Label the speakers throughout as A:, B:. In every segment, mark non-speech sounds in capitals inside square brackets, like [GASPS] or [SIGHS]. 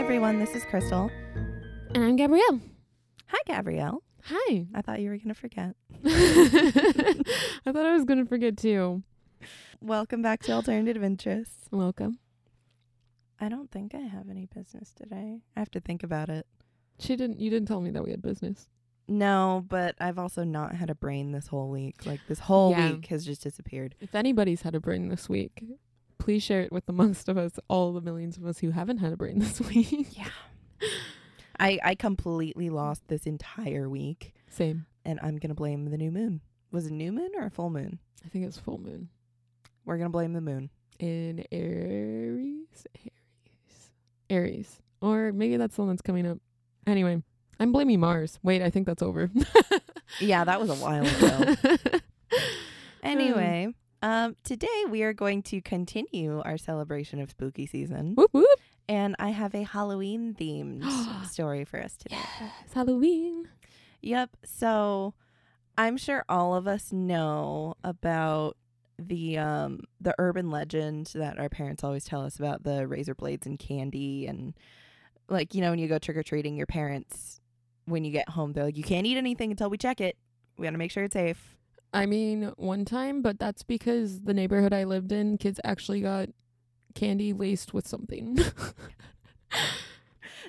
A: everyone. This is Crystal.
B: And I'm Gabrielle.
A: Hi, Gabrielle.
B: Hi. [LAUGHS]
A: I thought you were going to forget.
B: I thought I was going to forget too.
A: Welcome back to Alternative Interests.
B: Welcome.
A: I don't think I have any business today. I have to think about it.
B: She didn't you didn't tell me that we had business.
A: No, but I've also not had a brain this whole week. Like, this whole
B: Yeah.
A: week has just disappeared.
B: If anybody's had a brain this week, please share it with the most of us, all the millions of us who haven't had a brain [LAUGHS] this week.
A: I, I completely lost this entire week,
B: Same.
A: and I'm going to blame the new moon. Was it new moon or a full moon?
B: I think it's full moon
A: We're going to blame the moon.
B: in Aries. Aries. Aries. Or maybe that's the one that's coming up. Anyway, I'm blaming Mars. Wait, I think that's over. [LAUGHS]
A: Yeah, that was a [LAUGHS] while ago. Anyway, um, today we are going to continue our celebration of spooky season,
B: whoop whoop.
A: and I have a Halloween themed story for us today.
B: It's Halloween.
A: Yep. So, I'm sure all of us know about the um the urban legend that our parents always tell us about the razor blades and candy and like you know when you go trick or treating your parents when you get home they're like you can't eat anything until we check it. We got to make sure it's safe.
B: I mean, one time, but that's because the neighborhood I lived in, kids actually got candy laced with something. [LAUGHS]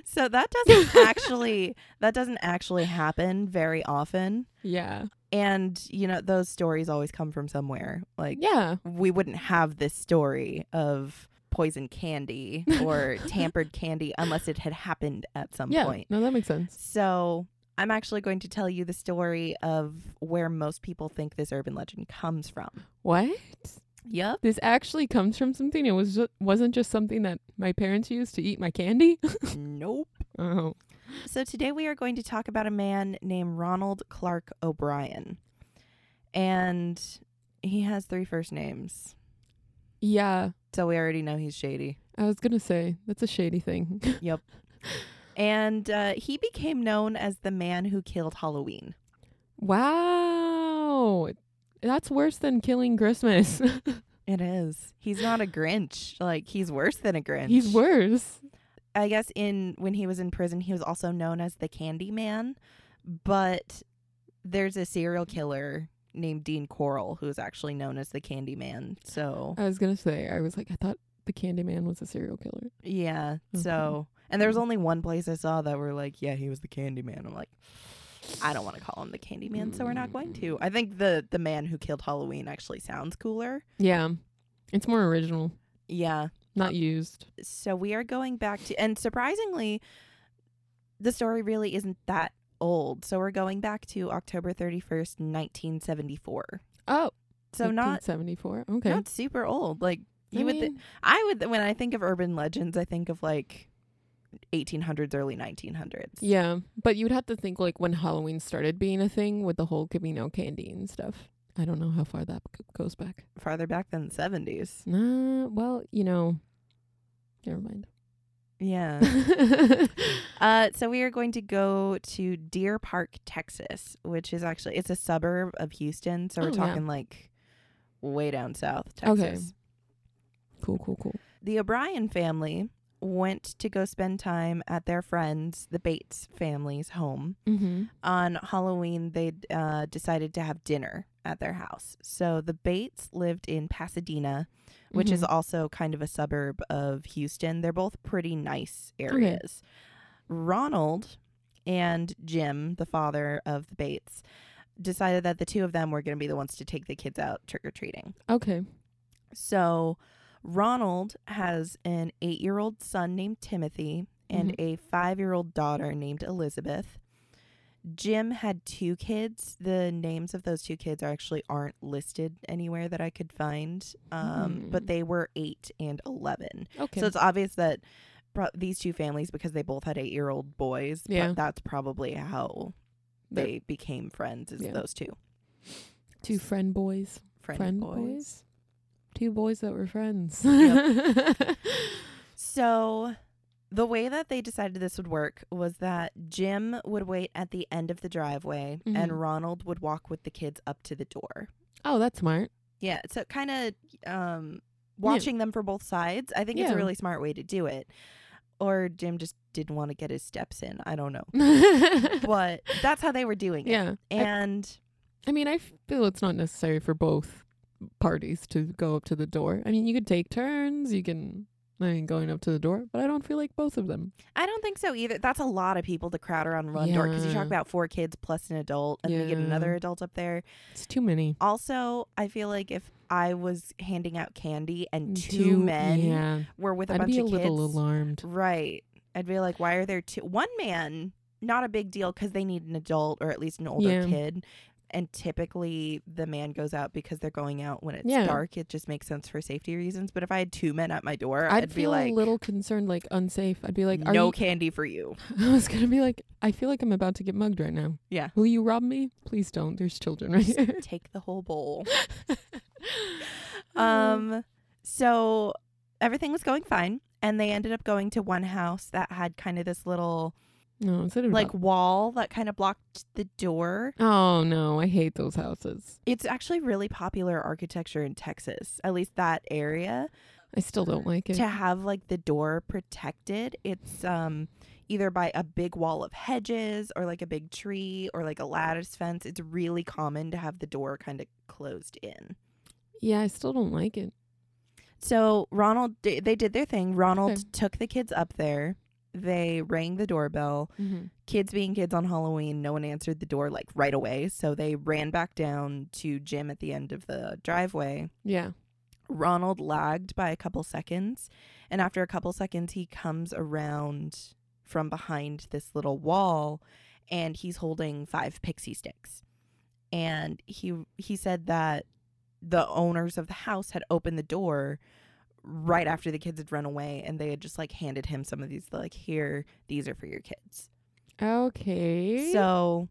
A: So that doesn't actually that doesn't actually happen very often.
B: yeah.
A: And you know those stories always come from somewhere. Like
B: Yeah.
A: we wouldn't have this story of poison candy or tampered candy unless it had happened at some
B: Yeah.
A: point.
B: No, that makes sense.
A: So I'm actually going to tell you the story of where most people think this urban legend comes from.
B: What?
A: Yep.
B: This actually comes from something. It was ju- wasn't just something that my parents used to eat my candy. [LAUGHS]
A: nope.
B: oh.
A: So today we are going to talk about a man named Ronald Clark O'Brien. And he has three first names.
B: Yeah.
A: So we already know he's shady.
B: I was gonna say that's a shady thing. [LAUGHS]
A: And uh, he became known as the man who killed Halloween.
B: wow. That's worse than killing Christmas. [LAUGHS]
A: It is. He's not a Grinch. Like he's worse than a Grinch.
B: He's worse.
A: I guess in when he was in prison, he was also known as the Candy Man. But there's a serial killer named Dean Coral who's actually known as the Candy Man. So
B: I was gonna say. I was like, I thought the Candyman was a serial killer.
A: yeah.
B: Okay.
A: So and there was only one place I saw that were like, yeah, he was the Candy Man. I'm like, I don't want to call him the Candy Man, so we're not going to. I think the the man who killed Halloween actually sounds cooler.
B: Yeah. It's more original,
A: Yeah.
B: not used.
A: so we are going back to and surprisingly the story really isn't that old so we're going back to october 31st 1974
B: Oh,
A: so not
B: 74. Okay.
A: not super old like you
B: I
A: would thi-
B: mean,
A: i would when i think of urban legends i think of like 1800s early 1900s
B: yeah, but you'd have to think like when Halloween started being a thing with the whole Camino candy and stuff. I don't know how far that g- goes back.
A: farther back than the 70s
B: Nah, well, you know, never [LAUGHS] mind.
A: yeah [LAUGHS] Uh, so we are going to go to Deer Park, Texas, which is actually it's a suburb of Houston. So we're
B: Oh, yeah.
A: talking like way down south, Texas.
B: Okay. [LAUGHS] cool, cool, cool.
A: The O'Brien family went to go spend time at their friends, the Bates family's home.
B: Mm-hmm.
A: On Halloween, they uh, decided to have dinner at their house. So the Bates lived in Pasadena, which is also kind of a suburb of Houston. They're both pretty nice areas. Ronald and Jim, the father of the Bates, decided that the two of them were going to be the ones to take the kids out trick or treating.
B: okay.
A: So Ronald has an eight year old son named Timothy and
B: Mm-hmm.
A: a five year old daughter named Elizabeth. Jim had two kids. The names of those two kids are actually aren't listed anywhere that I could find, um, but
B: Hmm.
A: they were eight and 11.
B: Okay.
A: So it's obvious that pro- these two families, because they both had eight year old boys, pro-
B: Yeah.
A: that's probably how
B: They're
A: they became friends, is
B: Yeah.
A: those two
B: two friend boys.
A: friend,
B: Friend
A: boys.
B: boys? Two boys that were friends.
A: So the way that they decided this would work was that Jim would wait at the end of the driveway and
B: Mhm.
A: Ronald would walk with the kids up to the door.
B: [LAUGHS] oh, that's smart. [LAUGHS]
A: Yeah, so kind of um watching them for both sides. I think it's a
B: Yeah.
A: really smart way to do it. or Jim just didn't want to get his steps in. I don't know.
B: yeah.
A: But that's how they were doing it.
B: I-
A: And
B: I mean, I feel it's not necessary for both parties to go up to the door. I mean, you could take turns, you can, I mean, going up to the door, but I don't feel like both of them.
A: I don't think so either. That's a lot of people to crowd around one door 'cause door because you
B: Yeah.
A: talk about four kids plus an adult and then you get
B: Yeah.
A: another adult up there.
B: It's too many.
A: Also, I feel like if I was handing out candy and two men
B: Mm, Yeah.
A: were with a
B: I'd
A: bunch
B: be a
A: of
B: little
A: kids,
B: alarmed.
A: right? I'd be like, why are there two? One man, not a big deal because they need an adult or at least an older
B: Yeah.
A: kid. And typically, the man goes out because they're going out when it's
B: Yeah.
A: dark. It just makes sense for safety reasons. But if I had two men at my door,
B: I'd,
A: I'd, be
B: feel
A: like,
B: a little concerned, like unsafe. I'd be like, Are
A: no
B: you?
A: candy for you.
B: [LAUGHS] I was gonna be like, I feel like I'm about to get mugged right now.
A: Yeah.
B: Will you rob me? Please don't. There's children right here.
A: Take the whole bowl. [LAUGHS] Um, so everything was going fine, and they ended up going to one house that had kind of this little
B: [LAUGHS] no, instead of
A: like wall that kind of blocked the door.
B: Oh no, I hate those houses.
A: It's actually really popular architecture in Texas, at least that area,
B: I still don't like it.
A: to have like the door protected. It's um either by a big wall of hedges or like a big tree or like a lattice fence. It's really common to have the door kind of closed in.
B: Yeah, I still don't like it.
A: So Ronald, d- they did their thing. Ronald
B: Okay.
A: took the kids up there. They rang the doorbell. Kids being kids on Halloween, no one answered the door like right away. So they ran back down to Jim at the end of the driveway.
B: Yeah.
A: Ronald lagged by a couple seconds. And after a couple seconds, he comes around from behind this little wall and he's holding five pixie sticks. And he he said that the owners of the house had opened the door right after the kids had run away and they had just like handed him some of these like here these are for your kids.
B: Okay.
A: So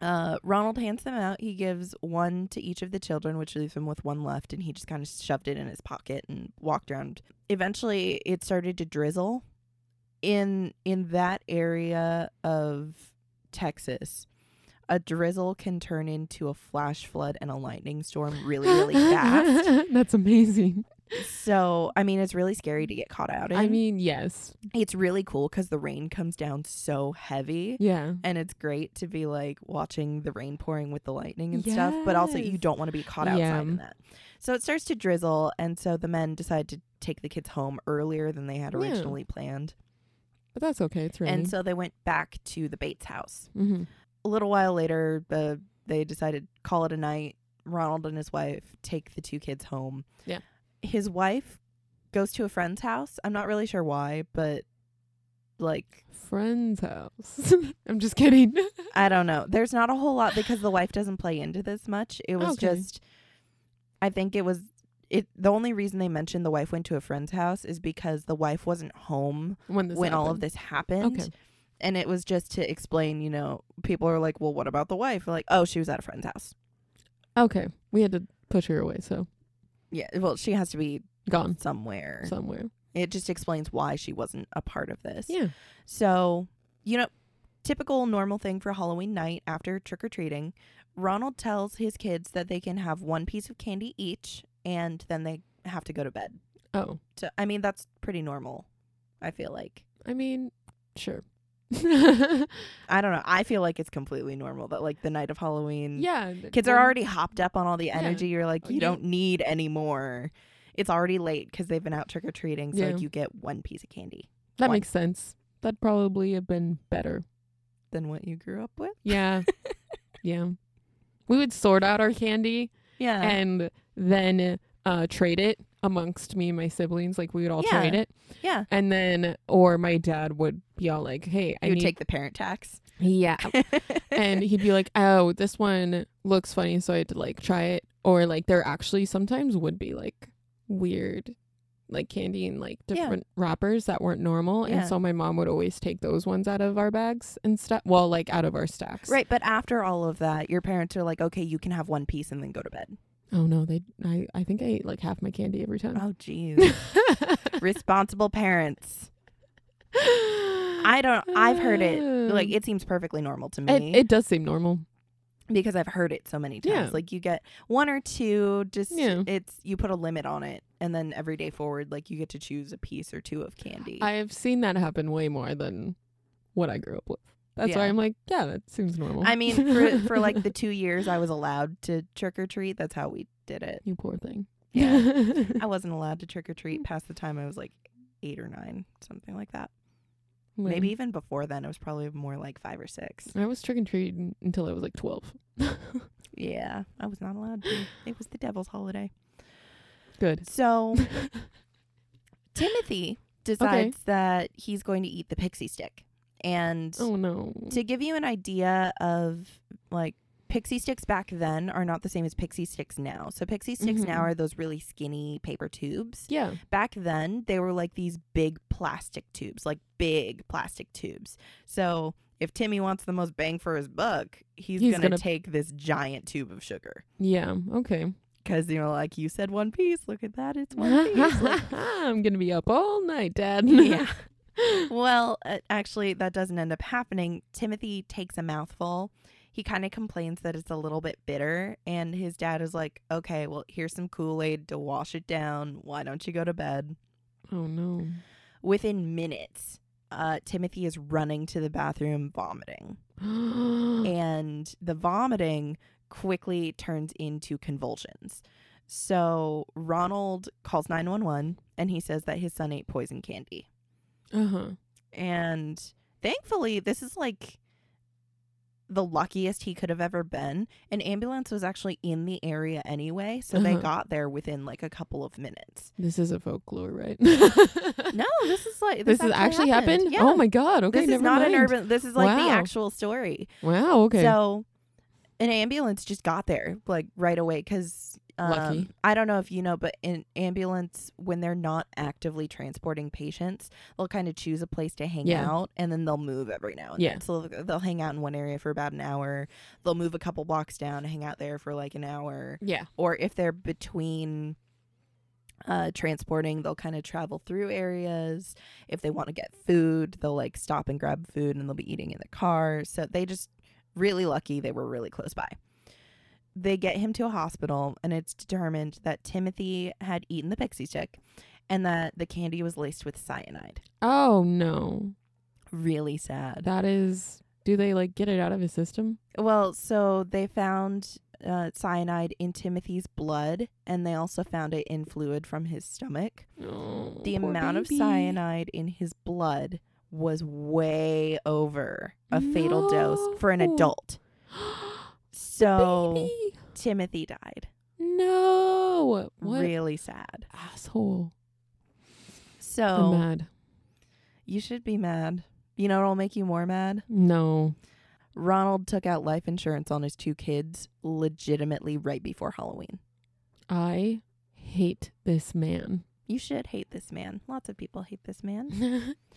A: uh, Ronald hands them out. He gives one to each of the children, which leaves him with one left, and he just kind of shoved it in his pocket and walked around. Eventually, it started to drizzle in in that area of Texas. A drizzle can turn into a flash flood and a lightning storm really, really
B: [LAUGHS]
A: fast.
B: That's amazing.
A: So, I mean, it's really scary to get caught out in.
B: I mean, yes.
A: it's really cool because the rain comes down so heavy
B: Yeah.
A: and it's great to be like watching the rain pouring with the lightning and stuff but also you
B: Yes.
A: don't want to be caught outside in that so it starts to drizzle and so the men decide to take the kids home earlier than they had
B: Yeah.
A: originally planned
B: But that's okay. It's raining.
A: and so they went back to the bates house
B: Mhm.
A: a little while later the they decided to call it a night ronald and his wife take the two kids home
B: Yeah.
A: his wife goes to a friend's house i'm not really sure why but like
B: Friend's house. [LAUGHS] I'm just kidding. [LAUGHS]
A: I don't know. There's not a whole lot because the wife doesn't play into this much. It was
B: Okay.
A: just I think it was it the only reason they mentioned the wife went to a friend's house is because the wife wasn't home
B: when this
A: when all of
B: happened.
A: this happened.
B: Okay.
A: And it was just to explain, you know, people are like, Well, what about the wife? We're like, oh, she was at a friend's house.
B: Okay. We had to push her away, so
A: Yeah. Well, she has to be
B: gone
A: somewhere.
B: somewhere.
A: It just explains why she wasn't a part of this.
B: Yeah.
A: So, you know, typical normal thing for Halloween night after trick or treating, Ronald tells his kids that they can have one piece of candy each and then they have to go to bed.
B: Oh.
A: So, I mean, that's pretty normal, I feel like.
B: I mean, sure.
A: Mm.
B: [LAUGHS] yeah.
A: I don't know. I feel like it's completely normal that, like, the night of Halloween,
B: th-
A: kids are
B: when-
A: already hopped up on all the
B: Yeah.
A: energy. You're like,
B: Oh,
A: you,
B: you
A: don't need any more. It's already late because they've been out trick or treating. So,
B: Yeah.
A: like, you get one piece of candy
B: That
A: one.
B: makes sense. That'd probably have been better.
A: than what you grew up with. [LAUGHS]
B: Yeah. yeah. We would sort out our candy
A: Yeah.
B: and then uh, trade it amongst me and my siblings. Like we would all
A: Yeah.
B: trade it,
A: yeah.
B: and then or my dad would be all like, "Hey, I
A: You
B: need
A: take the parent tax.
B: yeah," [LAUGHS] and he'd be like, "Oh, this one looks funny, so I had to like try it." Or like there actually sometimes would be like weird like candy and like
A: Yeah.
B: different wrappers that weren't normal
A: Yeah.
B: and so my mom would always take those ones out of our bags and stuff well like out of our stacks
A: Right, but after all of that, your parents are like, "Okay, you can have one piece and then go to bed."
B: Oh no, they I, I think I ate like half my candy every time.
A: Oh,
B: [LAUGHS]
A: jeez. [LAUGHS] Responsible parents.
B: Mm.
A: I don't. I've heard Um, it. Like it seems perfectly normal to me.
B: it, it does seem normal.
A: because I've heard it so many times.
B: Yeah.
A: Like you get one or two, just
B: Yeah.
A: it's you put a limit on it, and then every day forward, like you get to choose a piece or two of candy.
B: I've seen that happen way more than what I grew up with. That's why
A: Yeah.
B: I'm like, yeah, that seems normal.
A: I mean, for for
B: [LAUGHS]
A: [LAUGHS] like the two years I was allowed to trick or treat, that's how we did [LAUGHS] it.
B: you poor thing. [LAUGHS]
A: Yeah, I wasn't allowed to trick or treat past the time I was like eight or nine, something like that.
B: Lame.
A: Maybe even before then, it was probably more like five or six.
B: I was trick and treating until I was like 12.
A: Yeah, I was not allowed to. It was the devil's holiday.
B: [LAUGHS] Good.
A: [LAUGHS] So Timothy decides that he's going to eat the pixie stick. And
B: Oh no.
A: to give you an idea of like pixie sticks back then are not the same as pixie sticks now. So pixie sticks now
B: Mhm.
A: are those really skinny paper tubes.
B: Yeah.
A: Back then they were like these big plastic tubes, like big plastic tubes. So if Timmy wants the most bang for his buck, he's,
B: He's
A: gonna,
B: gonna-
A: take this giant tube of sugar.
B: Yeah. Okay.
A: Because you know, like you said, one piece. Look at that, it's one piece. [LAUGHS] Like,
B: [LAUGHS] I'm gonna be up all night,
A: [LAUGHS]
B: Dad.
A: yeah. Well, uh, actually, that doesn't end up happening. Timothy takes a mouthful. He kind of complains that it's a little bit bitter, and his dad is like, "Okay, well, here's some Kool Aid to wash it down. Why don't you go to bed?"
B: [LAUGHS] oh no. [GASPS]
A: Within minutes, uh, Timothy is running to the bathroom, vomiting, Mm. and the vomiting quickly turns into convulsions. So Ronald calls nine one one, and he says that his son ate poison candy.
B: uh huh.
A: and thankfully this is like the luckiest he could have ever been an ambulance was actually in the area anyway so they
B: Uh-huh.
A: got there within like a couple of minutes
B: This is a folklore, right?
A: no this is like
B: this
A: this,
B: has actually happened.
A: happened, Yeah.
B: Oh my god. Okay.
A: this is
B: never
A: not
B: mind.
A: an urban this is like the
B: Wow.
A: actual story
B: Wow. Okay.
A: so an ambulance just got there like right away because
B: Lucky.
A: I don't know if you know, but an ambulance, when they're not actively transporting patients, they'll kind of choose a place to hang
B: Yeah.
A: out and then they'll move every now and
B: Yeah.
A: then. So they'll, they'll hang out in one area for about an hour. They'll move a couple blocks down, hang out there for like an hour.
B: yeah.
A: Or if they're between uh, transporting, they'll kind of travel through areas. If they want to get food, they'll like stop and grab food and they'll be eating in the car. So they just really lucky they were really close by. They get him to a hospital and it's determined that Timothy had eaten the pixie stick and that the candy was laced with cyanide.
B: Oh no.
A: Really sad.
B: That is. Do they like get it out of his system?
A: Well, so they found uh, cyanide in Timothy's blood, and they also found it in fluid from his stomach.
B: Oh,
A: The
B: poor
A: amount
B: baby.
A: of
B: [GASPS]
A: cyanide in his blood was way over a fatal dose for an
B: No.
A: adult. So
B: Baby.
A: Timothy died.
B: No. What
A: Really sad.
B: asshole?
A: So
B: I'm mad.
A: you should be mad. You know what'll make you more mad?
B: No.
A: Ronald took out life insurance on his two kids legitimately right before Halloween.
B: I hate this man. [LAUGHS]
A: You should hate this man. Lots of people hate this man.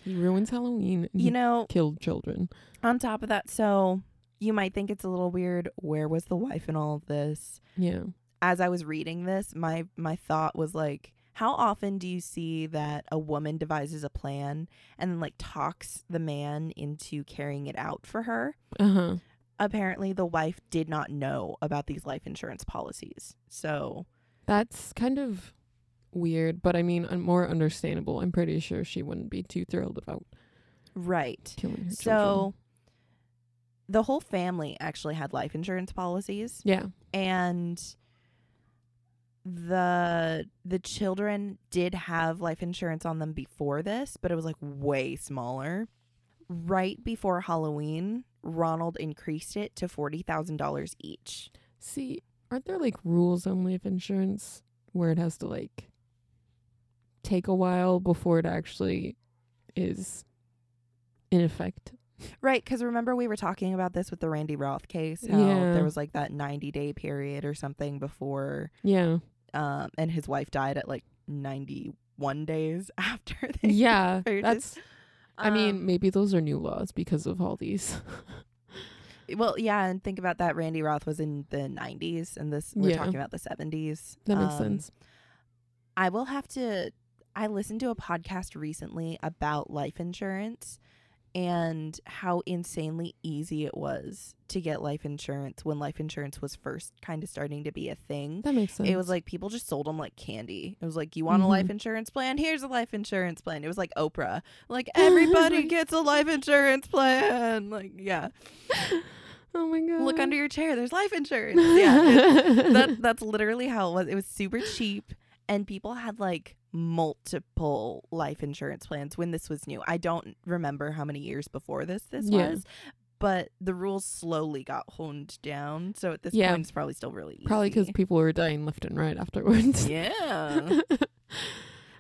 B: he ruins Halloween. and
A: You
B: he
A: know,
B: killed children.
A: on top of that, so you might think it's a little weird. Where was the wife in all of this?
B: Yeah.
A: As I was reading this, my my thought was like, how often do you see that a woman devises a plan and then like talks the man into carrying it out for her?
B: Uh huh.
A: Apparently, the wife did not know about these life insurance policies. So,
B: That's kind of weird, but I mean, un- more understandable. I'm pretty sure she wouldn't be too thrilled about
A: right.
B: killing her children.
A: So the whole family actually had life insurance policies.
B: Yeah.
A: and the the children did have life insurance on them before this, but it was like way smaller. Right before Halloween, Ronald increased it to forty thousand dollars each.
B: See, aren't there like rules on life insurance where it has to like take a while before it actually is in effect?
A: Right, because remember we were talking about this with the Randy Roth case, how
B: Yeah.
A: there was like that ninety day period or something before, [LAUGHS]
B: Yeah.
A: um, and his wife died at like ninety one days [LAUGHS] after. They,
B: Yeah.
A: Or
B: that's, I
A: Um,
B: mean, maybe those are new laws because of all these. [LAUGHS]
A: Well, yeah, and think about that. Randy Roth was in the '90s, and this we're
B: Yeah.
A: talking about the '70s.
B: that makes
A: Um,
B: sense.
A: I will have to. I listened to a podcast recently about life insurance, and how insanely easy it was to get life insurance when life insurance was first kind of starting to be a thing.
B: That makes sense. Mm-hmm.
A: It was like people just sold them like candy. It was like, you want a life insurance plan? Here's a life insurance plan. It was like Oprah.
B: [LAUGHS]
A: Like, everybody gets a life insurance plan. Like, yeah.
B: oh my god.
A: Look
B: [LAUGHS]
A: under your chair. There's life insurance. Yeah. it- that, that's literally how it was. It was super cheap, and people had like multiple life insurance plans when this was new. I don't remember how many years before this this
B: Yeah.
A: was, but the rules slowly got honed down. So at this
B: Yeah.
A: point, it's probably still really easy.
B: Probably because people were dying left and right
A: [LAUGHS]
B: afterwards. [LAUGHS]
A: yeah. I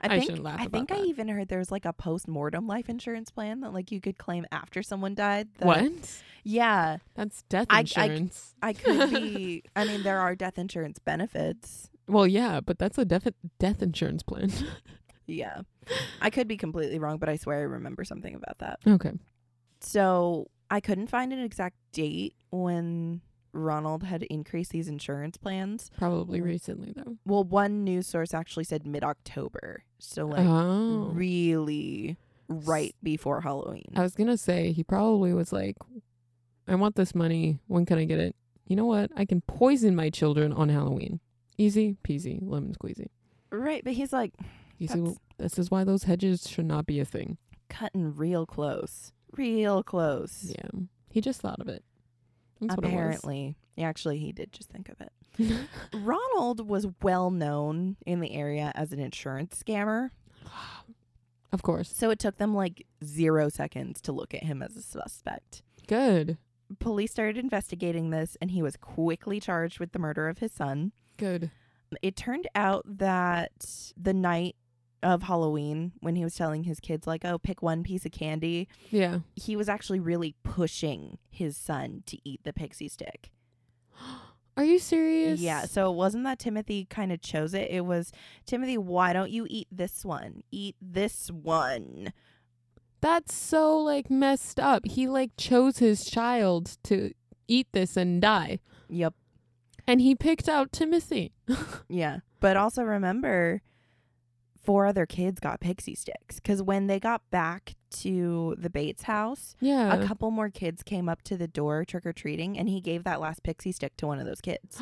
B: I
A: think
B: shouldn't laugh
A: I
B: about
A: think I
B: that.
A: even heard there was like a post mortem life insurance plan that like you could claim after someone died. that-
B: what?
A: Yeah,
B: That's death
A: I- I-
B: insurance.
A: I could
B: [LAUGHS]
A: be. I mean, there are death insurance benefits.
B: well, yeah, but that's a death death insurance plan. [LAUGHS]
A: Yeah. I could be completely wrong, but I swear I remember something about that.
B: okay.
A: So I couldn't find an exact date when Ronald had increased these insurance plans.
B: Probably recently though.
A: Well, one news source actually said mid October. So, like,
B: oh.
A: really right before Halloween.
B: I was gonna say he probably was like, "I want this money. When can I get it? You know what? I can poison my children on Halloween. Easy peasy, lemon squeezy.
A: right. But he's like
B: You see,
A: That's-
B: wh- this is why those hedges should not be a thing.
A: cutting real close, real close.
B: Yeah, he just thought of it. That's
A: Apparently. Actually, he did just think of it.
B: what it was.
A: Ronald was well known in the area as an insurance scammer.
B: [LAUGHS] of course.
A: So it took them like zero seconds to look at him as a suspect.
B: Good.
A: Police started investigating this and he was quickly charged with the murder of his son.
B: Good.
A: It turned out that the night of Halloween, when he was telling his kids, like, oh, pick one piece of candy,
B: Yeah.
A: he was actually really pushing his son to eat the pixie stick.
B: Are you serious?
A: Yeah, so it wasn't that Timothy kind of chose it. It was, Timothy, why don't you eat this one? Eat this one.
B: That's so like messed up. He like chose his child to eat this and die,
A: Yep.
B: and he picked out Timothy.
A: Yeah. But also remember, four other kids got pixie sticks because when they got back to the Bates house,
B: Yeah.
A: a couple more kids came up to the door trick or treating, and he gave that last pixie stick to one of those kids.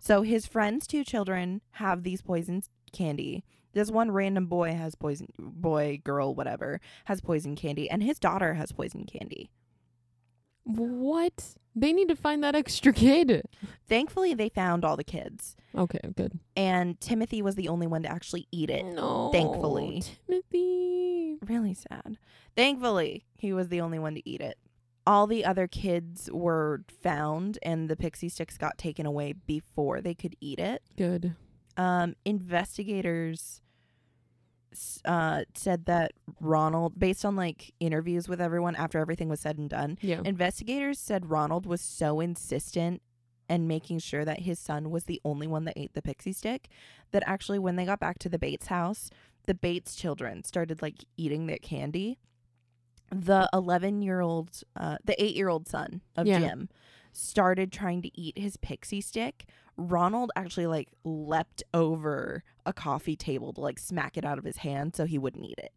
A: So his friend's two children have these poisoned candy. This one random boy has poison, boy, girl, whatever, has poison candy, and his daughter has poison candy.
B: [GASPS] What? They need to find that extra kid.
A: Thankfully, they found all the kids,
B: Okay, good.
A: and Timothy was the only one to actually eat it.
B: No.
A: thankfully.
B: Timothy.
A: really sad. Thankfully, he was the only one to eat it. All the other kids were found, and the pixie sticks got taken away before they could eat it.
B: Good.
A: Um, investigators s- uh, said that Ronald, based on like interviews with everyone after everything was said and done,
B: Yeah.
A: investigators said Ronald was so insistent and making sure that his son was the only one that ate the pixie stick that actually when they got back to the Bates house, the Bates children started like eating their candy. The 11 year old, uh, the eight year old son of
B: Yeah.
A: Jim started trying to eat his pixie stick. Ronald actually like leapt over a coffee table to like smack it out of his hand so he wouldn't eat it.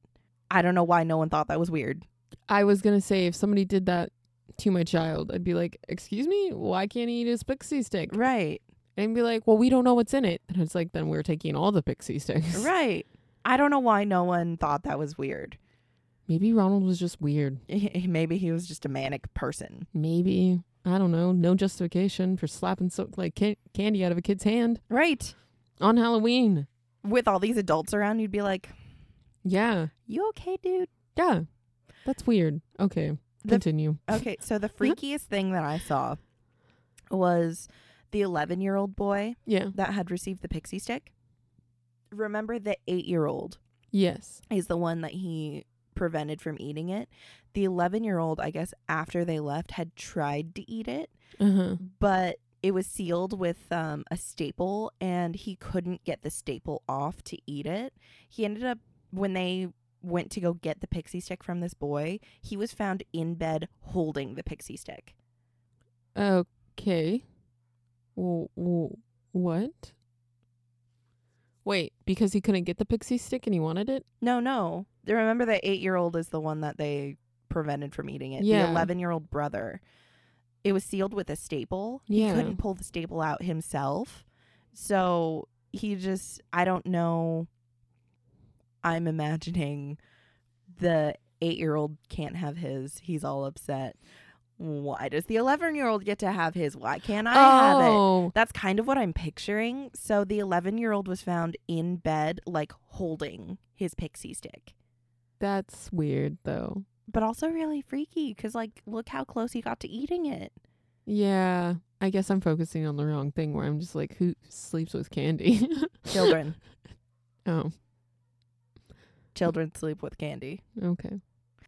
A: I don't know why no one thought that was weird.
B: I was going to say if somebody did that to my child, I'd be like, "Excuse me, why can't he eat his pixie stick?"
A: Right.
B: And be like, "Well, we don't know what's in it." And it's like, "Then we're taking all the pixie [LAUGHS] sticks."
A: Right. I don't know why no one thought that was weird.
B: Maybe Ronald was just weird.
A: Maybe he was just a manic person.
B: Maybe I don't know. No justification for slapping so like can- candy out of a kid's hand
A: Right.
B: on Halloween.
A: With all these adults around, you'd be like,
B: Yeah.
A: you okay, dude?
B: Yeah. That's weird. Okay.
A: The- uh,
B: Continue.
A: Okay. So the freakiest thing that I saw was the 11 year old boy
B: yeah.
A: that had received the pixie stick. Remember, the eight year old
B: Yes.
A: is the one that he prevented from eating it. The 11 year old, I guess, after they left, had tried to eat it.
B: Uh-huh.
A: but it was sealed with um, a staple and he couldn't get the staple off to eat it. He ended up, when they went to go get the pixie stick from this boy, he was found in bed holding the pixie stick.
B: Okay. Wh- wh- what? Wait, because he couldn't get the pixie stick and he wanted it?
A: No, no. Remember that eight year old is the one that they prevented from eating it. The
B: Yeah.
A: 11 year old brother, it was sealed with a staple.
B: Yeah.
A: He couldn't pull the staple out himself. So he just, I don't know. I'm imagining the eight year old can't have his. He's all upset. Why does the 11 year old get to have his? Why can't I have it?
B: oh,
A: That's kind of what I'm picturing. So the 11 year old was found in bed, like holding his pixie stick,
B: that's weird though.
A: but also really freaky because, like, look how close he got to eating it.
B: Yeah, I guess I'm focusing on the wrong thing where I'm just like, who sleeps with candy? [LAUGHS]
A: Children,
B: oh,
A: [LAUGHS] children sleep with candy.
B: okay.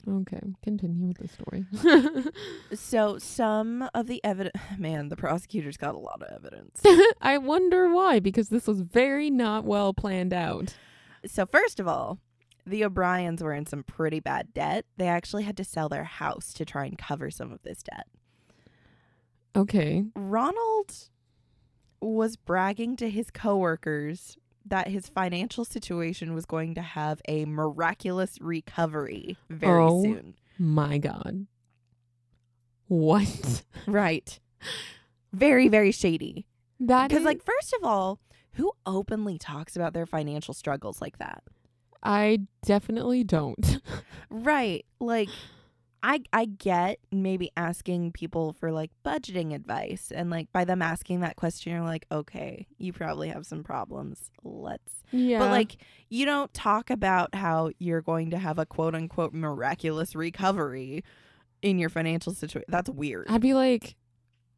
B: Okay, continue with the story. [LAUGHS]
A: So some of the evidence, [LAUGHS] man, the prosecutors got a lot of evidence.
B: I wonder why, because this was very not well planned out.
A: so, first of all, the O'Briens were in some pretty bad debt. They actually had to sell their house to try and cover some of this debt.
B: Okay.
A: Ronald was bragging to his coworkers that his financial situation was going to have a miraculous recovery very
B: Oh.
A: soon.
B: My God. What?
A: Right. Very, very shady.
B: [LAUGHS] That
A: Because,
B: is
A: like, first of all, who openly talks about their financial struggles like that?
B: I definitely don't.
A: Right. Like I I get maybe asking people for like budgeting advice and like by them asking that question you're like, "Okay, you probably have some problems. Let's."
B: yeah.
A: But like you don't talk about how you're going to have a quote-unquote miraculous recovery in your financial situation. That's weird.
B: I'd be like,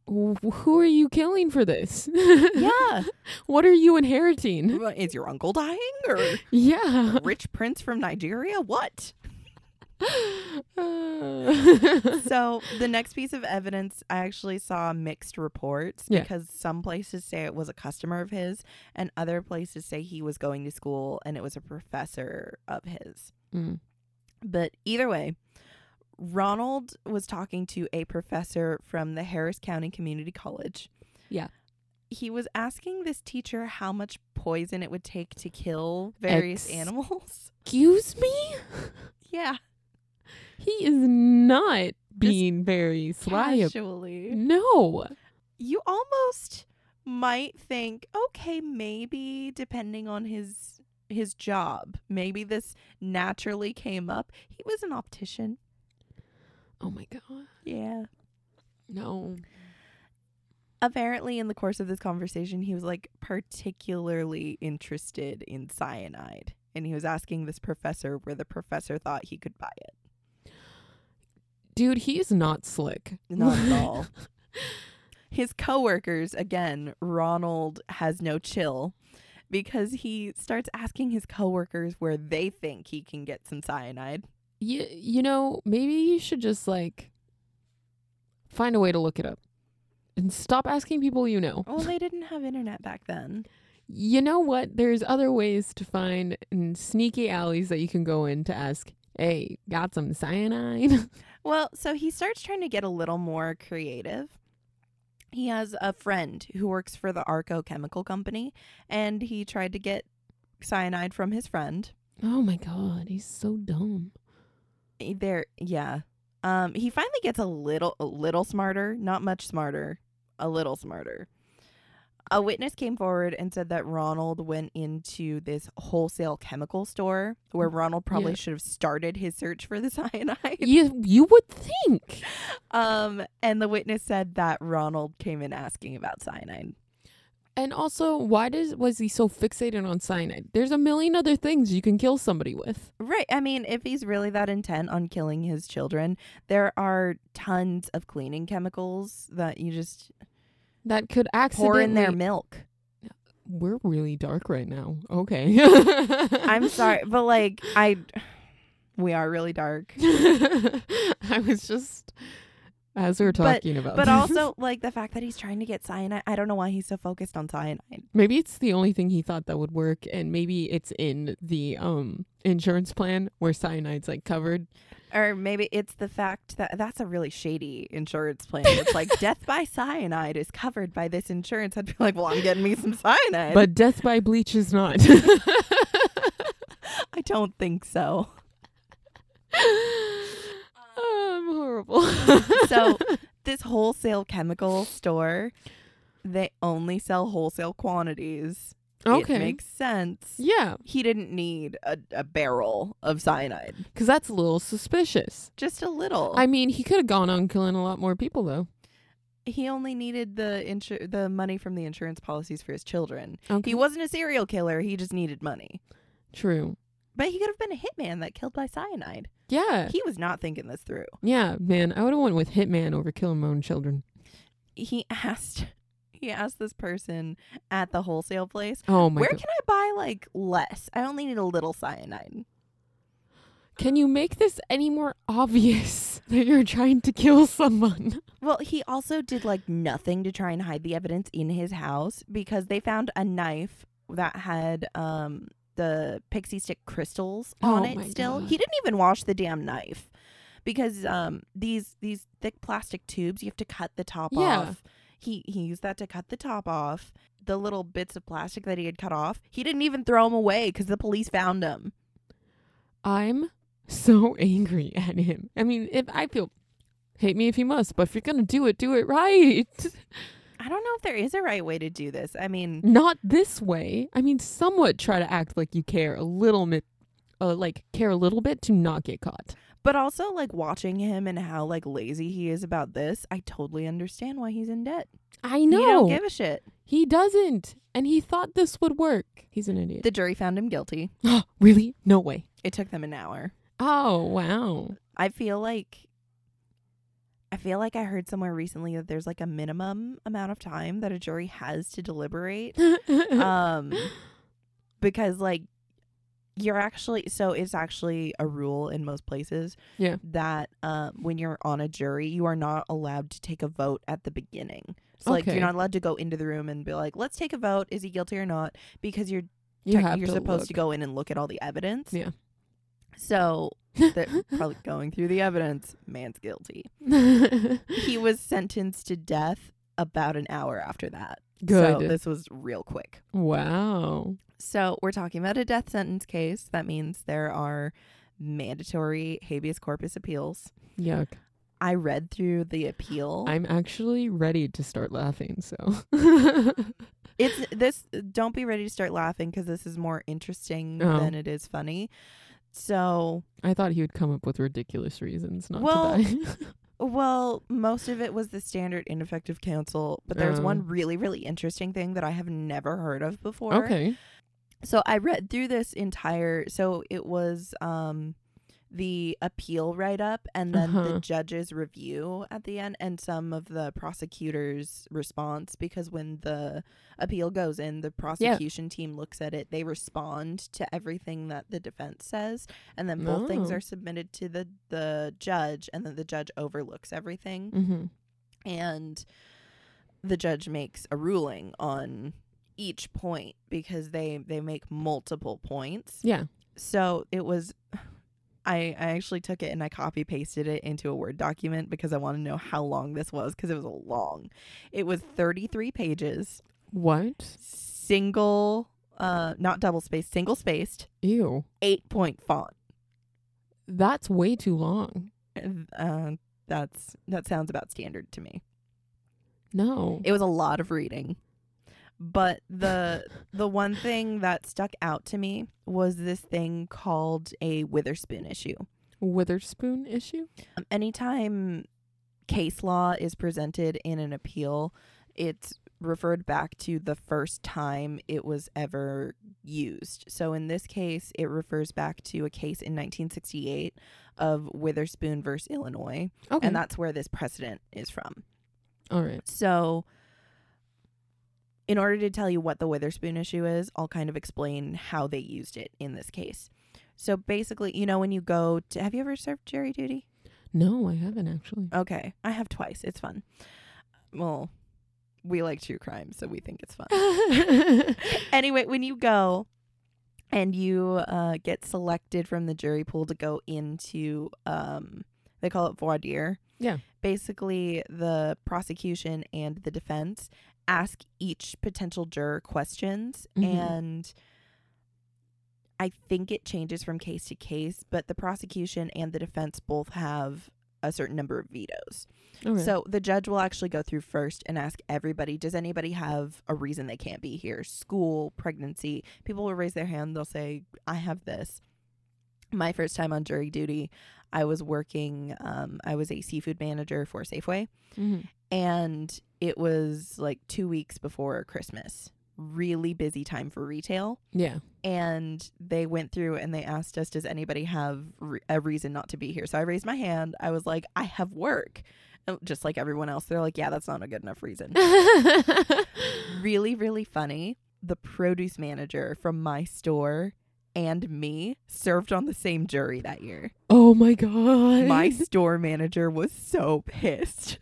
B: "Wh- who are you killing for this?
A: [LAUGHS] yeah.
B: [LAUGHS] what are you inheriting?
A: Well, Is your uncle dying or
B: Mm-hmm. Yeah. [LAUGHS]
A: rich prince from Nigeria? What?
B: Uh,
A: so the next piece of evidence i actually saw mixed reports
B: Yeah.
A: because some places say it was a customer of his and other places say he was going to school and it was a professor of his
B: Mm.
A: but either way ronald was talking to a professor from the harris county community college
B: Yeah.
A: he was asking this teacher how much poison it would take to kill various
B: Ex-
A: animals [LAUGHS]
B: Excuse me?
A: yeah
B: He is not being very sly. ab-
A: casually
B: no.
A: you almost might think okay maybe depending on his his job maybe this naturally came up he was an optician
B: Oh my God.
A: yeah
B: No.
A: apparently in the course of this conversation he was like particularly interested in cyanide and he was asking this professor where the professor thought he could buy it
B: Dude, he is not slick.
A: not [LAUGHS] at
B: [LAUGHS]
A: all his coworkers again ronald has no chill because he starts asking his coworkers where they think he can get some cyanide
B: you, you know, maybe you should just like find a way to look it up and stop asking people you know.
A: well they didn't have internet back then
B: You know what? There's other ways to find and sneaky alleys that you can go in to ask, hey, got some cyanide? [LAUGHS]
A: well so he starts trying to get a little more creative he has a friend who works for the arco chemical company and he tried to get cyanide from his friend
B: oh my God, he's so dumb.
A: Eh, there yeah um he finally gets a little a little smarter not much smarter a little smarter a witness came forward and said that ronald went into this wholesale chemical store where ronald probably
B: Yeah.
A: should have started his search for the [LAUGHS] cyanide
B: you, you would think.
A: um and the witness said that ronald came in asking about cyanide
B: And also, why does was he so fixated on cyanide? There's a million other things you can kill somebody with.
A: right i mean if he's really that intent on killing his children there are tons of cleaning chemicals that you just
B: That could accidentally
A: pour in their milk
B: We're really dark right now. Okay.
A: I'm
B: [LAUGHS]
A: sorry, but like I, we are really dark.
B: I was just as we were
A: But-
B: talking
A: [LAUGHS]
B: about
A: But
B: this,
A: also like the fact that he's trying to get cyanide. I don't know why he's so focused on cyanide.
B: [LAUGHS] maybe it's the only thing he thought that would work and maybe it's in the um insurance plan where cyanide's like covered.
A: Or maybe it's the fact that that's a really shady insurance plan. It's [LAUGHS] like death by cyanide is covered by this insurance. I'd be like, well, I'm getting me some cyanide. [LAUGHS]
B: But death by bleach is not. [LAUGHS]
A: I don't think so.
B: [LAUGHS] level.
A: So- this wholesale chemical store they only sell wholesale quantities
B: okay,
A: it makes sense
B: yeah,
A: he didn't need a, a barrel of cyanide
B: because that's a little suspicious.
A: just a little
B: I mean, he could have gone on killing a lot more people though.
A: he only needed the insur- the money from the insurance policies for his children
B: Okay,
A: he wasn't a serial killer he just needed money
B: true.
A: but he could have been a hitman that killed by cyanide
B: Yeah,
A: he was not thinking this through
B: yeah, man. I would have went with hitman over killing my own children.
A: he [LAUGHS] asked he asked this person at the wholesale place
B: Oh my
A: where
B: god!
A: can i buy like less i only need a little cyanide
B: Can you make this any more [LAUGHS] obvious that you're trying to kill someone?
A: Well, he also did like nothing to try and hide the evidence in his house because they found a knife that had um the pixie stick crystals on
B: Oh my
A: it still.
B: God.
A: He didn't even wash the damn knife because um these these thick plastic tubes you have to cut the top
B: Yeah.
A: off. He he used that to cut the top off. The little bits of plastic that he had cut off, he didn't even throw them away because the police found them.
B: I'm so angry at him. I mean, if I feel hate me if you must, but if you're gonna do it, do it right. [LAUGHS]
A: I don't know if there is a right way to do this. I mean,
B: Not this way. I mean, somewhat try to act like you care a little bit, uh, like care a little bit to not get caught.
A: But also, like watching him and how like lazy he is about this, I totally understand why he's in debt.
B: I
A: He don't
B: know
A: give a shit.
B: he doesn't, and he thought this would work. He's an idiot.
A: The jury found him guilty.
B: [GASPS] really? No way.
A: It took them an hour.
B: Oh wow.
A: I feel like I feel like I heard somewhere recently that there's like a minimum amount of time that a jury has to deliberate.
B: [LAUGHS]
A: Um because like you're actually so it's actually a rule in most places
B: Yeah.
A: that um when you're on a jury you are not allowed to take a vote at the beginning so like
B: Okay.
A: you're not allowed to go into the room and be like let's take a vote is he guilty or not because you're
B: you
A: tech-
B: have
A: you're
B: to
A: supposed
B: look.
A: to go in and look at all the evidence
B: Yeah.
A: so they're
B: [LAUGHS]
A: probably going through the evidence man's guilty he was sentenced to death about an hour after that
B: Good.
A: so this was real quick
B: wow.
A: so we're talking about a death sentence case. That means there are mandatory habeas corpus appeals.
B: Yuck.
A: I read through the appeal.
B: I'm actually ready to start laughing, so
A: it's this don't be ready to start laughing because this is more interesting
B: Oh.
A: than it is funny. So,
B: [LAUGHS] I thought he would come up with ridiculous reasons not
A: Well,
B: [LAUGHS] to die.
A: well, most of it was the standard ineffective counsel, but there's
B: Oh.
A: one really really interesting thing that I have never heard of before.
B: okay.
A: So I read through this entire so it was um the appeal write up and then
B: Uh-huh.
A: the judge's review at the end and some of the prosecutor's response because when the appeal goes in the prosecution team looks at it they respond to everything that the defense says and then both things
B: Oh.
A: are submitted to the the judge and then the judge overlooks everything
B: hmm
A: and the judge makes a ruling on each point because they they make multiple points
B: Yeah.
A: so it was [SIGHS] I, I actually took it and I copy pasted it into a Word document because I want to know how long this was because it was long. It was 33 pages,
B: What?
A: single, uh, not double spaced, single spaced,
B: Ew.
A: eight point font.
B: That's way too long.
A: Uh, that's that sounds about standard to me.
B: No.
A: It was a lot of reading. But the the one thing that stuck out to me was this thing called a Witherspoon issue.
B: Witherspoon issue?
A: Um, anytime case law is presented in an appeal, it's referred back to the first time it was ever used. So in this case, it refers back to a case in 1968 of Witherspoon versus Illinois,
B: Okay.
A: and that's where this precedent is from.
B: All right.
A: So, in order to tell you what the Witherspoon issue is, I'll kind of explain how they used it in this case. So basically, you know, when you go to, have you ever served jury duty?
B: No, I
A: [LAUGHS]
B: haven't actually.
A: Okay, I have twice. It's fun. Well, we like true crime, so we think it's fun. [LAUGHS] anyway, when you go and you uh, get selected from the jury pool to go into, um, they call it voir dire.
B: Yeah.
A: Basically, the prosecution and the defense ask each potential juror questions
B: Mhm.
A: and. I think it changes from case to case, but the prosecution and the defense both have a certain number of vetoes.
B: Okay.
A: So the judge will actually go through first and ask everybody, does anybody have a reason they can't be here? School, pregnancy. People will raise their hand. They'll say, I have this. My first time on jury duty, I was working, um, I was a seafood manager for Safeway,
B: Mhm.
A: and it was like two weeks before Christmas. Really busy time for retail
B: yeah. [LAUGHS]
A: and they went through and they asked us does anybody have re- a reason not to be here so i raised my hand i was like i have work And just like everyone else they're like yeah that's not a good enough
B: [LAUGHS]
A: reason really really funny the produce manager from my store and me served on the same jury that year
B: oh my god. [LAUGHS]
A: my store manager was so pissed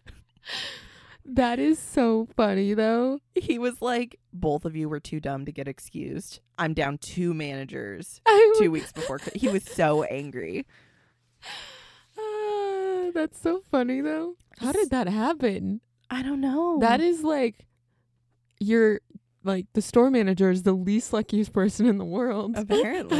B: that is so funny though. [LAUGHS]
A: he was like both of you were too dumb to get excused i'm down two managers
B: I
A: two
B: would-
A: weeks before Chri- he was so angry
B: Ah, that's so funny though. How
A: Just-
B: did that happen?
A: i don't know
B: That is like you're like the store manager is the least luckiest person in the
A: [LAUGHS]
B: world. [LAUGHS]
A: Apparently.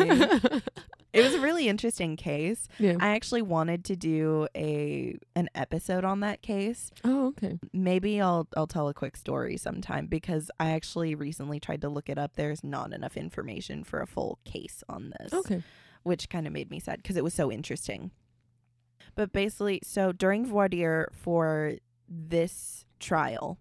A: it was a really interesting case.
B: yeah.
A: I actually wanted to do a an episode on that case.
B: oh, okay.
A: Maybe I'll I'll tell a quick story sometime because I actually recently tried to look it up. There's not enough information for a full case on this
B: Okay.
A: which kind of made me sad because it was so interesting. But basically, so during voir dire for this trial,